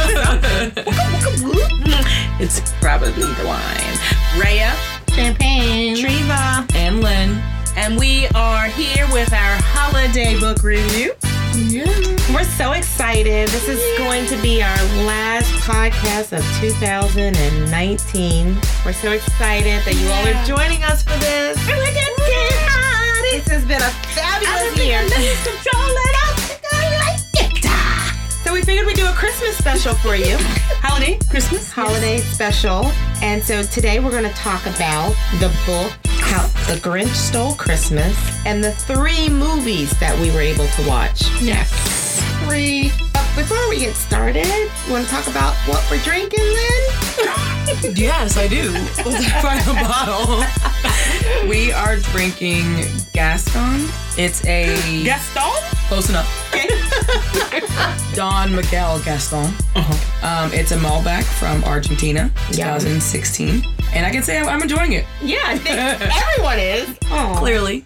Hmm, it's probably the wine. Raya, Champagne. Treva, And Lynn. and we are here with our holiday book review. We're so excited. This is going to be our last podcast of 2019. We're so excited that you all are joining us for this. This has been a fabulous year. So we figured we'd do a Christmas special for you. Holiday, Christmas, Holiday special. And so today we're going to talk about the book How the Grinch Stole Christmas and the three movies that we were able to watch. Yes. Three. But before we get started, you want to talk about what we're drinking then? Yes, I do. By the bottle. we are drinking Gaston. It's a Gaston. close enough. Don Miguel Gaston. Um, it's a Malbec from Argentina, 2016, and I can say I'm, I'm enjoying it. yeah, I think everyone is. Oh, Clearly,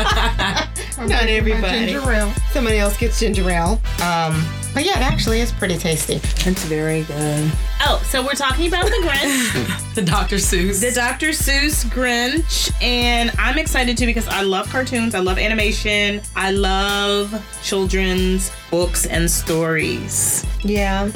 not everybody. ale. Somebody else gets ginger ale. Um, but yeah, it actually is pretty tasty. It's very good. Oh, so we're talking about the Grinch. The Dr. Seuss. The Dr. Seuss Grinch, and I'm excited too because I love cartoons, I love animation, I love children's books and stories. Yeah.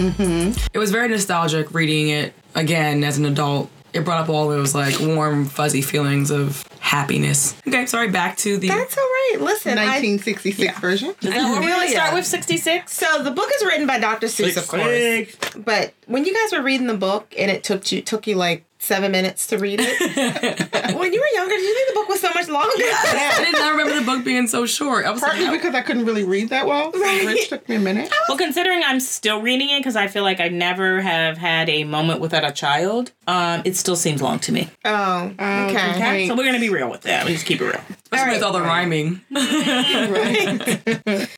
It was very nostalgic reading it again as an adult. It brought up all those like warm, fuzzy feelings of happiness. Okay, sorry, back to the. That's all right. Listen, I, 1966 version. We're really Yeah. start with 66. so the book is written by Dr. Seuss, of course. But when you guys were reading the book and it took you took you like seven minutes to read it, when you were younger, did you think the book was so much longer? I did not remember the book being so short. I was like, Partly how- because I couldn't really read that well. Right. Which took me a minute. Well, considering I'm still reading it because I feel like I never have had a moment without a child, um, it still seems long to me. Oh, okay. okay. So we're gonna be real with that. We just keep it real. especially with all the rhyming.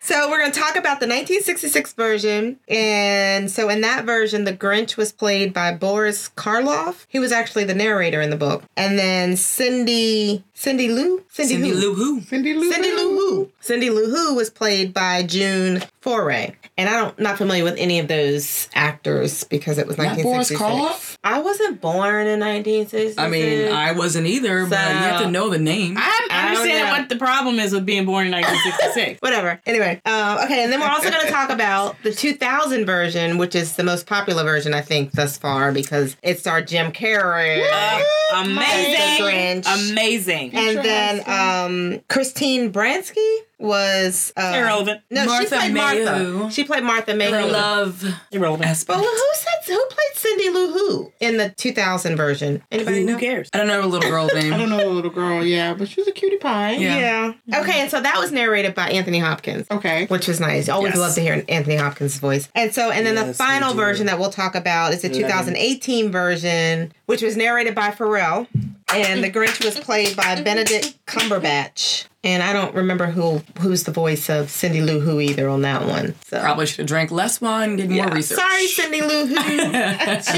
So we're going to talk about the 1966 version. And so in that version, the Grinch was played by Boris Karloff. He was actually the narrator in the book. And then Cindy Cindy Lou Cindy, Cindy who? Lou Who. Cindy Lou. Cindy Lou Who. Cindy Lou Who was played by June Foray. And I don't not familiar with any of those actors because it was That Boris 1966. Karloff? I wasn't born in 1966. I mean, I wasn't either, but you have to know the name. I'm I don't understanding know. what the problem is with being born in 1966. whatever. Anyway, uh, okay, and then we're also going to talk about the 2000 version, which is the most popular version I think thus far because it starred Jim Carrey, Uh, Amazing. Mike the Grinch. Amazing. and then um, Christine Bransky was uh, Irrelevant. No, she Martha played Mayhew. Martha. She played Martha Her Mayhew. love. Irrelevant. But who said who played Cindy Lou Who in the 2000 version? Anybody know? Who cares? I don't know her little girl's name. I don't know the little girl, yeah, but she's a cutie pie. Yeah. Okay, and so that was narrated by Anthony Hopkins. Okay. which was nice. Always Yes. love to hear Anthony Hopkins' voice. And so, and then the final version that we'll talk about is the 2018 version, which was narrated by Pharrell, and the Grinch was played by Benedict Cumberbatch. And I don't remember who who's the voice of Cindy Lou Who either on that one. So. Probably should have drank less wine, did more research. Sorry, Cindy Lou Who. she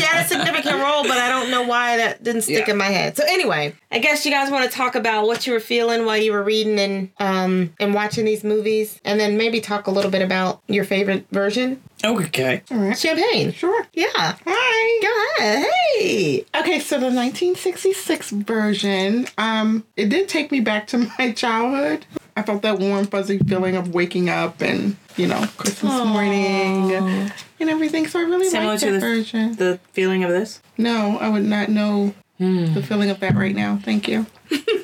had a significant role, but I don't know why that didn't stick Yeah. in my head. So anyway, I guess you guys want to talk about what you were feeling while you were reading and um and watching these movies, and then maybe talk a little bit about your favorite version, Okay. champagne. Sure. Yeah. Hi. Go ahead. Hey. Okay, so the 1966 version, um, it did take me back to my childhood. I felt that warm, fuzzy feeling of waking up and, you know, Christmas morning and everything. So I really Similar liked to that the- version. The feeling of this? No, I would not know the feeling of that right now. Thank you.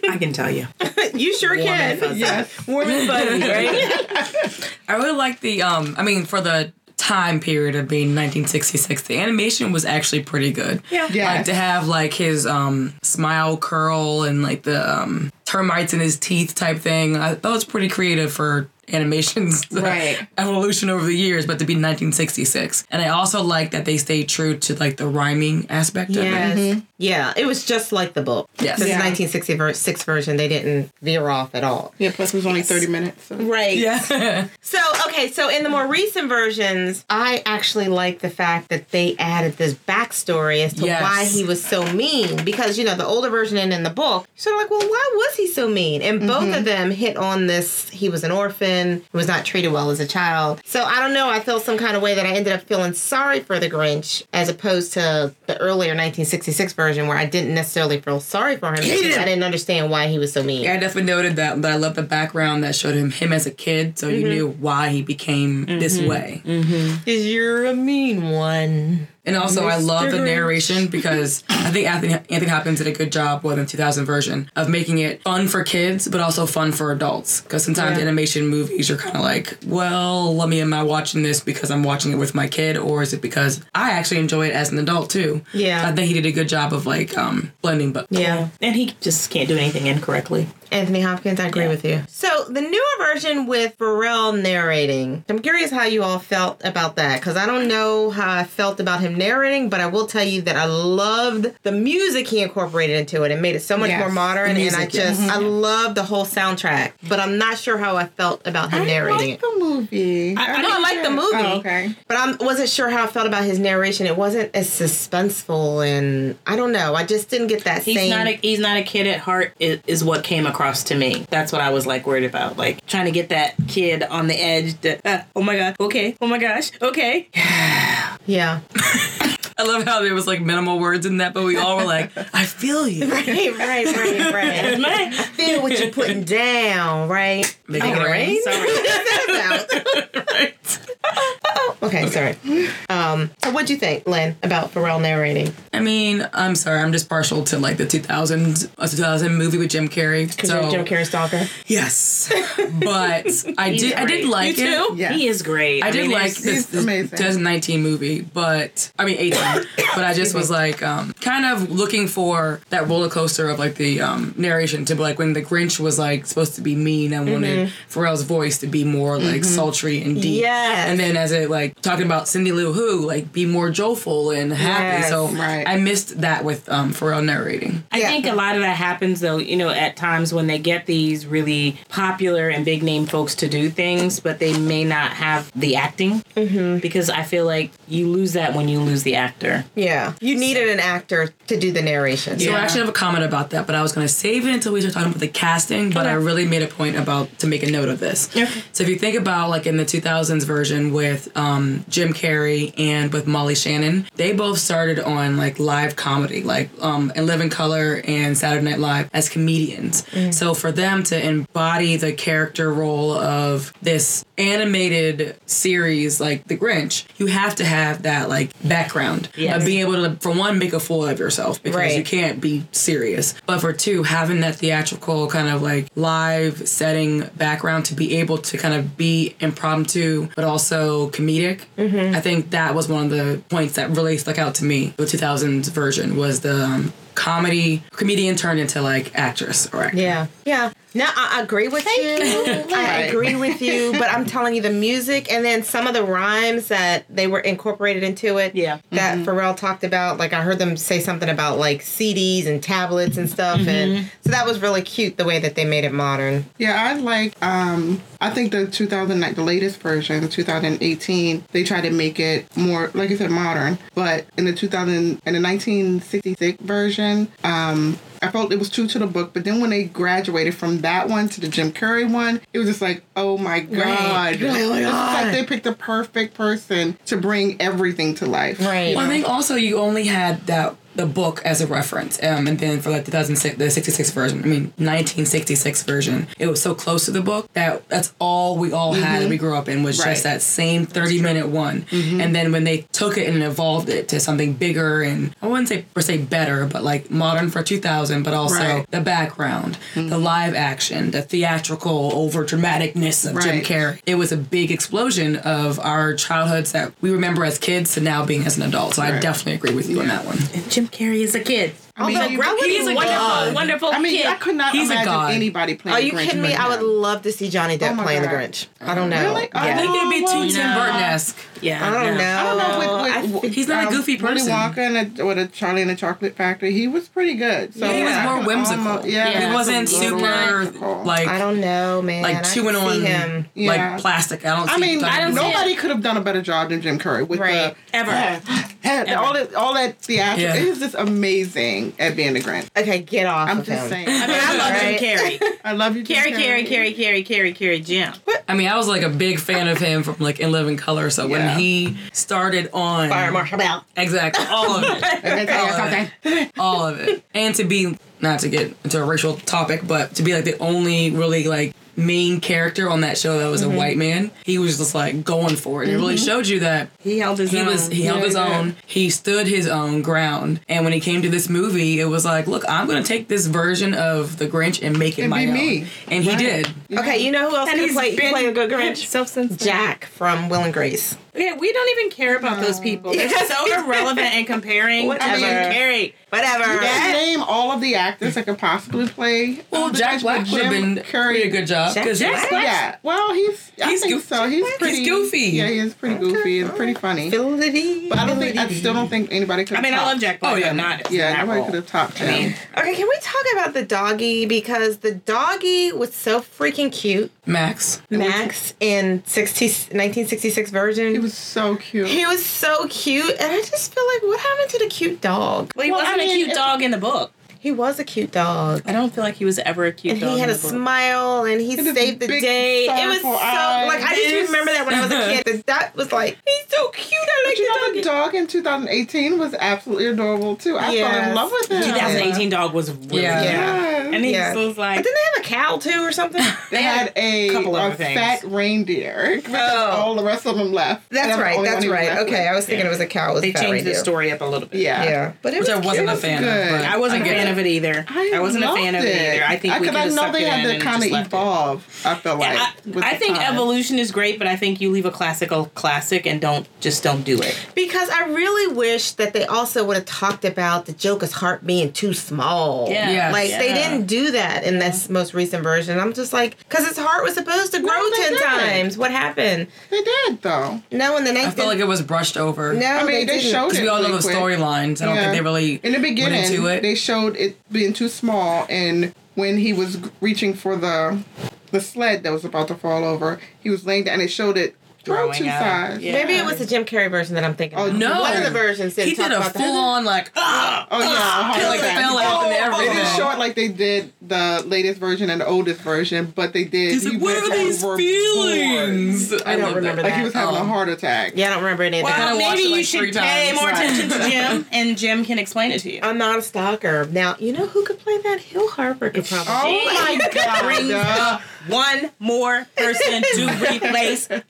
I can tell you. You sure can. Yes. Warm and fuzzy, right? I really like the um I mean for the time period of being 1966 the animation was actually pretty good. Yeah. Like Yes. to have like his um smile curl and like the um termites in his teeth type thing. I, that was pretty creative for animation's Right. evolution over the years but to be 1966. And I also like that they stayed true to like the rhyming aspect of Yes. it. Yeah. It was just like the book. Yes. This Yeah. 1966 version. They didn't veer off at all. Yeah, plus it was only 30 minutes. So. Right. Yeah. So, okay, so in the more recent versions, I actually like the fact that they added this backstory as to Yes. why he was so mean. Because, you know, the older version Mm-hmm. and in the book, sort of like, well, why was he so mean? And both of them hit on this he was an orphan person who was not treated well as a child. So I don't know. I feel some kind of way that I ended up feeling sorry for the Grinch as opposed to the earlier 1966 version where I didn't necessarily feel sorry for him. because I didn't understand why he was so mean. Yeah, I definitely noted that, but I love the background that showed him him as a kid, so Mm-hmm. you knew why he became this way. Because you're a mean one. And also, I love the narration because I think Anthony, Anthony Hopkins did a good job with the 2000 version of making it fun for kids, but also fun for adults. Because sometimes animation movies, you're kind of like, well, let me, am I watching this because I'm watching it with my kid, or is it because I actually enjoy it as an adult too? Yeah. I think he did a good job of like um, blending both. Yeah. And he just can't do anything incorrectly. Anthony Hopkins, I agree with you. So the newer version with Pharrell narrating, I'm curious how you all felt about that because I don't know how I felt about him narrating, but I will tell you that I loved the music he incorporated into it and made it so much Yes, more modern. the and I music, yeah. just I love the whole soundtrack, but I'm not sure how I felt about him I narrating like it. the movie. I, I know I like the movie, Oh, okay. but I wasn't sure how I felt about his narration. It wasn't as suspenseful, and I don't know. I just didn't get that He's same. not a he's not a kid at heart is, is what came across to me. That's what I was like worried about, like trying to get that kid on the edge. That uh, oh my god, okay, oh my gosh, okay. yeah, I love how there was like minimal words in that, but we all were like, I feel you. right, right, right, right. Man, feel what you're putting down, right? Making All it right. rain. right. okay, sorry. Um, so what'd you think, Lynn, about Pharrell narrating? I mean, I'm sorry, I'm just partial to like the 2000s, uh, 2000 movie with Jim Carrey. You're So a Jim Carrey stalker. yes, but I did, I did like you it. too. Yeah. He is great. I did mean, like there's- this, he's this amazing. 2019 movie, but I mean 18. but I just was like um, kind of looking for that roller coaster of like the um, narration to be like when the Grinch was like supposed to be mean. I wanted Pharrell's voice to be more like sultry and deep. Yes. And then as it like talking about Cindy Lou Who, like be more joyful and happy. Yes. so Right. I missed that with um, Pharrell narrating. I think a lot of that happens though, you know, at times when they get these really popular and big name folks to do things, but they may not have the acting. Mm-hmm. Because I feel like you lose that when you lose the actor. Yeah. You needed an actor to do the narration. So I Yeah. actually have a comment about that, but I was going to save it until we start talking about the casting. But I really made a point about to make a note of this. So if you think about like in the 2000s version with um, Jim Carrey and with Molly Shannon, they both started on like live comedy, like um, in Living Color and Saturday Night Live as comedians. So for them to embody the character role of this animated series like The Grinch, you have to have that like background Yes. of being able to, for one, make a fool of yourself because you Right. can't be serious. But for two, having that theatrical kind of like live setting background to be able to kind of be impromptu but also comedic, I think that was one of the points that really stuck out to me. The 2000s version was the um, comedy comedian turned into like actress or actor. Yeah. Yeah. No, I I agree with you. I agree with you, but I'm telling you the music and then some of the rhymes that they were incorporated into it. Yeah. That Pharrell talked about. Like I heard them say something about like CDs and tablets and stuff and so that was really cute the way that they made it modern. Yeah, I like. Um, I think the 2009, the latest version, 2018, they tried to make it more, like you said, modern. But in the 2000 in the 1966 version, um, I felt it was true to the book. But then when they graduated from that one to the Jim Curry one, it was just like, oh my god, It's just like they picked the perfect person to bring everything to life. Right. Well, I think also you only had that the book as a reference, um, and then for like 2006, the 66 version, I mean 1966 version, it was so close to the book that that's all we all had that we grew up in was Mm-hmm. Right. just Mm-hmm. that same 30 minute one, and then when they took it and evolved it to something bigger and I wouldn't say per se better, but like modern for 2000, but also Right. Mm-hmm. the background, the live action, the theatrical over dramaticness of Jim Right. Carrey. It was a big explosion of our childhoods that we remember as kids to now being as an adult. So I Right. definitely agree with you on that one. Jim Carrey is a kid. I mean, Although Growlithe He's is a wonderful, wonderful I mean, kid. I could not He's a god. imagine anybody playing. Are you the Grinch kidding me? but I him. would love to see Johnny Depp my playing the God. Grinch. I don't know. Really? I Yeah. think It'd be Oh, too Tim no. Burton esque. yeah, I don't no. know. I don't know with, with, He's not a um, goofy Willy person. Wonka and a, with a Charlie and the Chocolate Factory. He was pretty good. So He was I more can whimsical. almost- yeah, he it's a wasn't little super whimsical. like I don't know, man. I like can chewing see on him. Yeah. like plastic. I don't. I see mean, Dr. nobody see could have done a better job than Jim Curry with Right. the Ever. had all that all that theatrical. Yeah. It was just amazing at being the Grinch. Okay, get off. I'm of just him. saying. I mean, I love Right. him, Carrie. I love you, Jim Carrie, Carrie, Carrie, Carrie, Carrie, Carrie, Jim. I mean, I was like a big fan of him from like In Living Color. So Yeah. when he started on Fire Marshal Bell. exactly all of it, Let me tell you something. all of it. And to be not to get into a racial topic, but to be like the only really like main character on that show that was a white man, he was just like going for it. It really showed you that He held his he own. was he held his own. He stood his own ground. And when he came to this movie, it was like, look, I'm gonna take this version of the Grinch and make it And my be own. me. And he did. Okay, you know who else And can he's play, been- play a good Grinch? Self sense. Jack from Will and Grace. Yeah, we don't even care about those people. They're so irrelevant and comparing. Whatever. I mean, Carrie. Whatever. Just name all of the actors that could possibly play. Well, Jack Black would have been pretty a good job. Jack 'cause Black? Yeah. Well, he's. I He's think goofy. so. He's pretty. goofy. Yeah, he is pretty goofy. It's pretty funny. But Ability. I don't think. I still don't think anybody could. I mean, I love Jack Black. Oh, yeah. but not. Yeah, that nobody role. could have topped him. mean, Okay, can we talk about the doggy? Because the doggy was so freaking cute. Max. Max in 60, 1966 version. he was so cute. He was so cute, and I just feel like, what happened to the cute dog? Well, he Well, I wasn't mean, a cute it- dog in the book. He was a cute dog, I don't feel like he was ever a cute and dog. he had in a the book. smile, and he And his saved the big, day. It was so sorrowful eyes. like I just remember that when I was a kid. That, that was like he's so cute. I like But you know, the the dog. dog in 2018 was absolutely adorable too. I fell Yes. in love with him. 2018 dog was really Yeah. cute. Yes. And he Yeah. just was But like, didn't they have a cow too or something? They had a, couple a other things. fat reindeer. Oh. All the rest of them left. That's And I'm the right. only one That's who was right. left Okay, with. I was thinking it was a cow. It was a they fat changed the reindeer. story up a little bit. Yeah. Yeah, but it was Which I wasn't cute. a fan good. of. But I wasn't a get fan it. of it either. I, wasn't a fan of it either. I think we could I have know sucked they it in had and to kind of just left it. evolve. I feel like. I, with I the think time. evolution is great, but I think you leave a classical classic and don't just don't do it. Because I really wish that they also would have talked about the Joker's heart being too small. Yeah. Yes. Like they Yeah. didn't do that in this most recent version. I'm just like, because his heart was supposed to grow they ten didn't. times. What happened? They did though. No, in the I nineteen. felt like it was brushed over. no, I mean, they, they, didn't. showed it. Because we all know really the quick. storylines. I don't Yeah. think they really in the beginning. went into it. They showed it being too small, and when he was g- reaching for the the sled that was about to fall over, he was laying down. and They showed it grow Growing two up. sides. Yeah. Maybe it was the Jim Carrey version that I'm thinking. Oh, of. no. one of the versions didn't he talk did a about full that. on like ah, Oh yeah, he oh, like yeah. fell out and Oh, They everything. didn't show it like they did the latest version and the oldest version, but they did. He's he like, what went are these overboard." feelings? I don't love remember Like he was having a Um, heart attack. Yeah, I don't remember any of that. kinda Well, watched maybe it, like, you should three pay times. more Right. attention to Jim, and Jim can explain it to you. I'm not a stalker. Now you know who could play that. Hill Harper could probably. Oh my Brings god! up one more person to replace our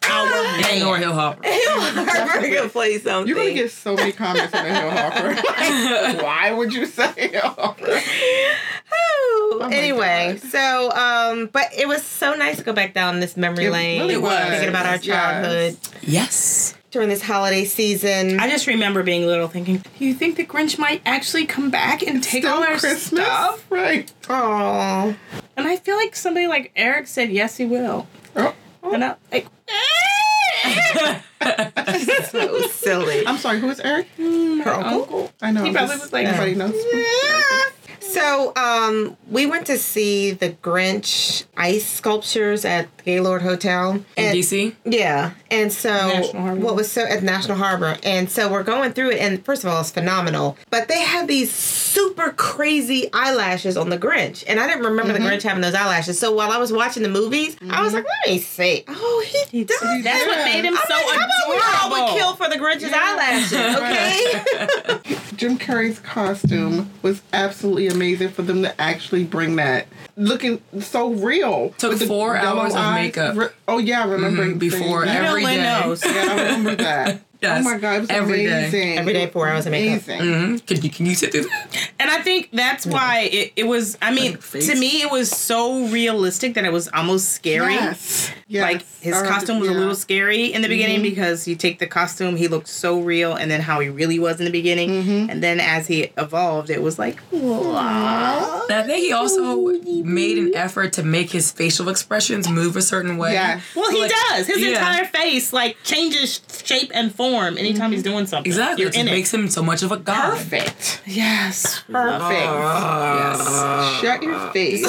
And Nora man. Hill Hopper. Hill Harper could play something. You're gonna get so many comments on the Hill Hopper. Why would you say Hill Hopper? Woo! Oh my anyway, God. so um, but it was so nice to go back down this memory It lane. really was. thinking about our Yes. childhood Yes. during this holiday season. I just remember being little thinking, you think the Grinch might actually come back and take all our Christmas, stuff? right? Oh, And I feel like somebody like Eric said, yes, he will. Oh, And I'm like, so silly. I'm sorry. Who is Eric? Her uncle. I know. He I'm probably just- was like- nobody knows. who Eric is. So um, we went to see the Grinch ice sculptures at the Gaylord Hotel In And- DC. Yeah, and so National Harbor. what was so at National Harbor, and so we're going through it, and first of all, it's phenomenal. But they had these super crazy eyelashes on the Grinch, and I didn't remember the Grinch having those eyelashes. So while I was watching the movies, I was like, let me see. Oh, he, does. that's that. what made him I'm so like, how about we all adorable. would kill for the Grinch's eyelashes, okay? Jim Carrey's costume was absolutely amazing for them to actually bring that looking so real. Took With the four yellow hours of eyes. makeup. Re- oh yeah, I Mm-hmm. remember Mhm, you before saying that. every Lynn day. knows. Yeah, I remember that. Yes, Oh my god, it was every day. amazing. Every day, four hours of makeup. Amazing. Mm. Mhm. Can you can you sit through that? And I think that's why it, it was, I mean, Like face. to me, it was so realistic that it was almost scary. Yes. yes. Like his I costume was a remember- little scary in the beginning Mm-hmm. because you take the costume, he looked so real, and then how he really was in the beginning, Mm-hmm. and then as he evolved, it was like, "Aw." And I think he also made an effort to make his facial expressions move a certain way. Yeah. well, he Like, does. His yeah. entire face like changes shape and form perform anytime he's doing something. Mm-hmm. Exactly. You're It in it. makes him so much of a god. Perfect. yes. Perfect. Yes. Shut Uh, your face.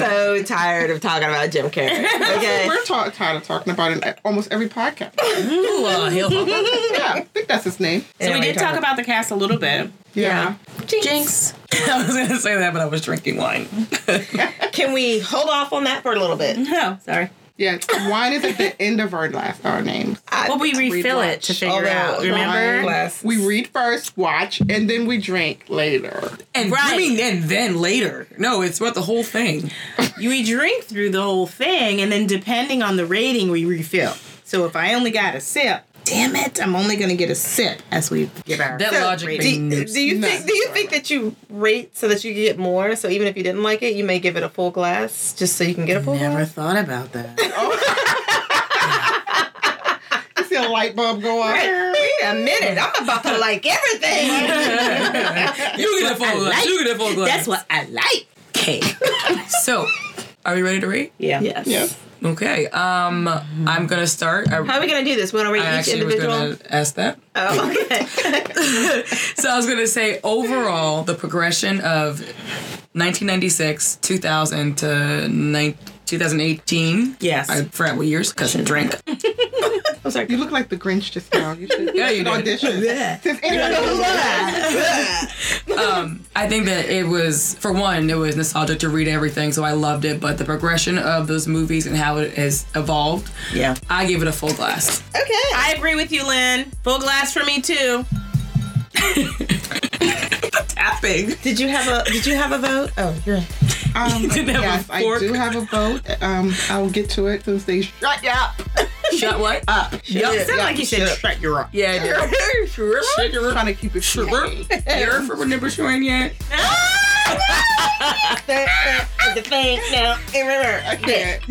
so tired of talking about Jim Carrey. Okay. We're ta- tired of talking about it in almost every podcast. Ooh, uh, heel hopper. yeah, I think that's his name. So we did talk about the cast a little bit. Yeah. Jinx. I was gonna say that, but I was drinking wine. Can we hold off on that for a little bit? No, sorry. Yeah. Wine is at the end of our last our names. Well, we refill it to figure Although- out. Remember? Class. We read first, watch, and then we drink later. And Right. I mean, and then later. No, it's about the whole thing. You- We drink through the whole thing, and then depending on the rating, we refill. So if I only got a sip, damn it, I'm only gonna get a sip as we give our. That logic Do, makes no do you think? Do you think that you rate so that you can get more? So even if you didn't like it, you may give it a full glass just so you can get a full Never glass. thought about that. You see a light bulb go up. Wait a minute! I'm about to like everything. You get a full glass. You get a full glass. That's what I like. Okay. so, are we ready to rate? Yeah. Yes. Yes. Okay. Um, I'm gonna start. I, How are we gonna do this? Want to rate I each actually was individual? gonna ask that. Oh, okay. So I was gonna say overall the progression of 1996, 2000 to nine 2018. Yes. I forgot what years because I drank. You look like the Grinch just now. You should, Yeah, you should did. audition. Since anybody knows I think that it was, for one, it was nostalgic to read everything, so I loved it. But the progression of those movies and how it has evolved, Yeah. I gave it a full glass. okay. I agree with you, Lynn. Full glass for me too. Tapping. Did you have a Did you have a vote? Oh, you're right. Um, didn't have a yes, I fork. do have a vote. Um, I'll get to it since they shut you up. Shut what? Up. It Yep. sounded like you said shut your up. Yeah. I did. You're trying to keep it short. You're from a number showing yet? the thing now. in reverse. I can't.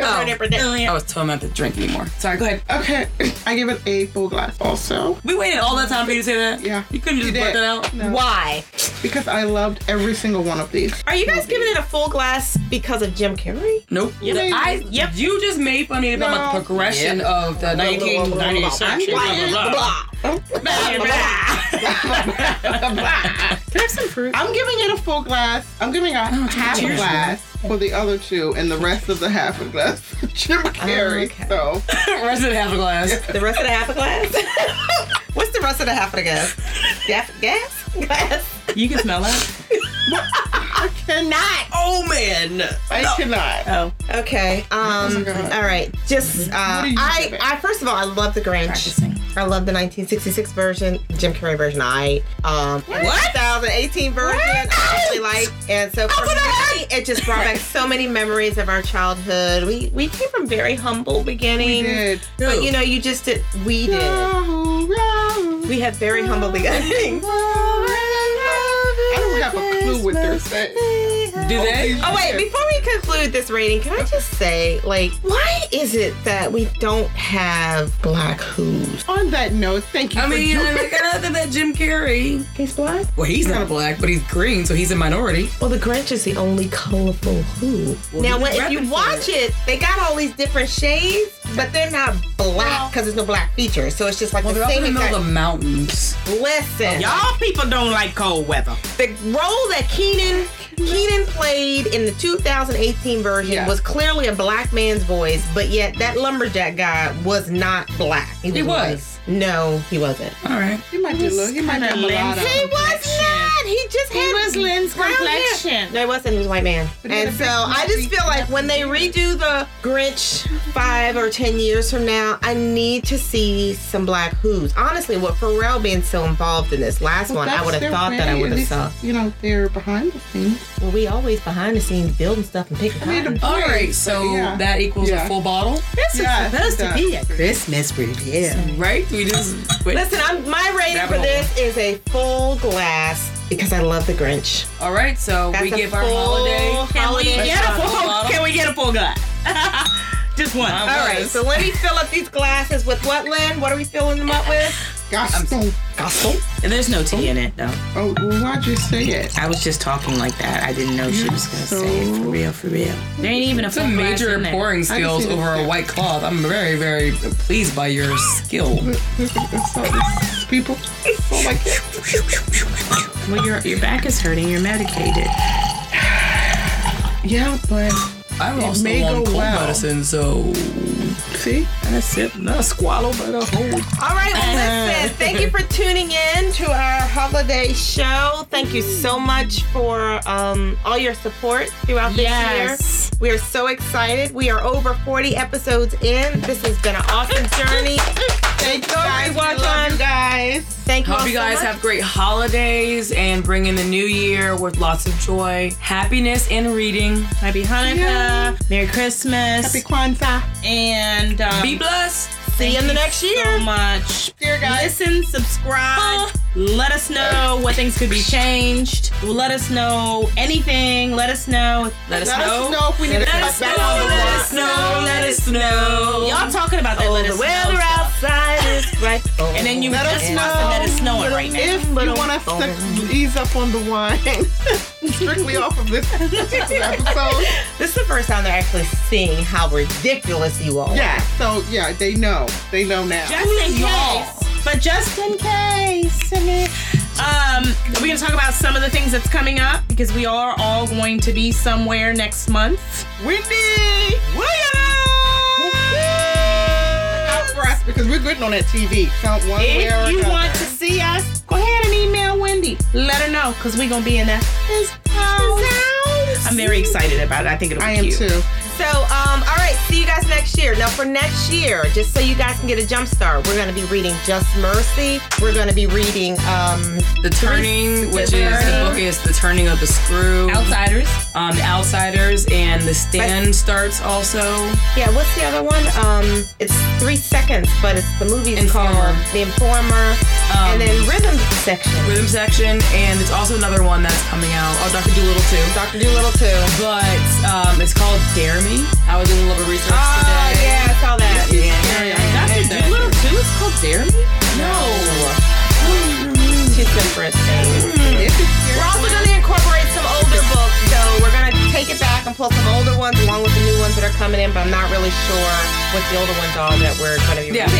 Oh. I was told not to drink anymore. Sorry, go ahead. Okay, I give it a full glass also. We waited all that time for you to say that. Yeah. You couldn't just You blurt did. that out. No, Why? because I loved every single one of these. Are you guys giving it a full glass because of Jim Carrey? Nope. Yep. I. Yep. You just made fun of me about No. the progression of the 1990s. I'm giving it a full glass. I'm giving a Oh, half a glass for the other two, and the rest of the half a glass for Jim Oh, Carrey. okay. So Rest of the half a glass. The rest of the half a glass? What's the rest of the half of the glass? Gas? Gas? Glass? You can smell that. I cannot. Oh man. I cannot. Oh. Okay. Um. God. all right. Just. Uh, do you I. give it? I. First of all, I love the Grinch. I love the 1966 version, Jim Carrey version. I. Um. What? 2018 version. I really like. And so for me, it just brought back so many memories of our childhood. We we came from very humble beginnings, Good. but you know, you just did. We did. I We had very humble beginnings. don't have a clue what they're saying. Do they? Oh wait, before we conclude this rating, can I just say, like, why is it that we don't have black who's? On that note, thank you. I for mean, joining- like, other than that Jim Carrey. He's black? Well, he's not black, but he's green, so he's a minority. Well, the Grinch is the only colorful who. now, he's when, if repping you for watch it, they got all these different shades, but they're not black because there's no black features. So it's just like Well, the they're up in same the middle exact. of the mountains. Listen, Y'all people don't like cold weather. the role that Keenan Keenan played in the 2018 version Yeah. was clearly a black man's voice, but yet that lumberjack guy was not black. He white. was. No, he wasn't. All right. he might be a little. He might be a mulatto. He was not. He just had. was Lynn's brown complexion. hair. No, he wasn't. He was a white man. he And had a so big I just fluffy feel like when they redo the Grinch five or ten years from now, I need to see some black who's. Honestly, with Pharrell being so involved in this last one, I That's would have their thought that I way. would have At least, saw. You know, they're behind the scenes. Well, we always behind the scenes building stuff and picking. I mean, cotton. the All right. braids, So but yeah. that equals Yeah. a full bottle, This Yeah, is supposed to yeah. be a Christmas review. right? We just wait. Listen, I'm, my rating for Grab it this is a full glass because I love the Grinch. All right. So That's we a give our full holiday. Can we holiday get a shot. full? Can we get a full glass? Just one. All right, so let me fill up these glasses with what, Lynn? What are we filling them up with? Gaston. Gaston? And there's no tea in it though. Oh, well, why'd you say it? I was just talking like that. I didn't know she was gonna say it for real, for real. There ain't even a It's a major pouring I can skills see this over a now. white cloth. I'm very, very pleased by your skill. Look at this, all these people. Oh my God. Well, your your back is hurting. You're medicated. Yeah, but I lost may a long go cold well. medicine, so see? That's it. Not squallow, but a whole. All right, well, listen, thank you for tuning in to our holiday show. Thank you so much for um, all your support throughout this Yes. year. We are so excited. We are over 40 episodes in. This has been an awesome journey. Thank you guys. I We love love you guys. you guys. Thank you all Hope you so guys much. have great holidays and bring in the new year with lots of joy, happiness, and reading. Happy Hanukkah. Yeah. Merry Christmas. Happy Kwanzaa. and um, Be blessed. See you in the next year. so much. Dear guys. Oh, Listen, subscribe. Let us know what things could be changed. Let us know anything. Let us know. Let us Let know. us know if we need to Let cut us know. back on the Let work. us know. Let us know. Y'all talking about that? let the us weather know. outside is right. And then you Let just us must have let us know it right now. If you want us to ease up on the wine, strictly off of this particular episode, This is the first time they're actually seeing how ridiculous you all are. yeah. So yeah, they know. They know now. just in case. But just in case, I mean, um, we're gonna talk about some of the things that's coming up because we are all going to be somewhere next month. Wendy, out for us because we're good on that TV. Count one way or If you another. want to see us, go ahead and email Wendy. Let her know because we're gonna be in that. I'm very excited about it. I think it'll be I am cute. too. So, um, all right, see you guys next year. Now, for next year, just so you guys can get a jump start, we're going to be reading Just Mercy. We're going to be reading, um, The Turning, which The is the Turning. book is The Turning of the Screw. Outsiders. Um, The Outsiders and The Stand starts also. yeah, what's the other one? Um, it's three seconds, but it's the movie's Informer. called The Informer, and then Rhythm Section. Rhythm section, and it's also another one that's coming out. Oh, Dr. Doolittle too. Dr. Doolittle too. But um, it's called Dare Me. I was doing a little bit of research Oh, today. yeah, I saw that. Dr. Doolittle too is called Dare Me? No. Two separate things. If it's We're your- also going to incorporate some older books, so we're going to take it back and pull some older ones along with the new ones that are coming in, but I'm not really sure what the older ones are that we're going to be Yeah, reading. um,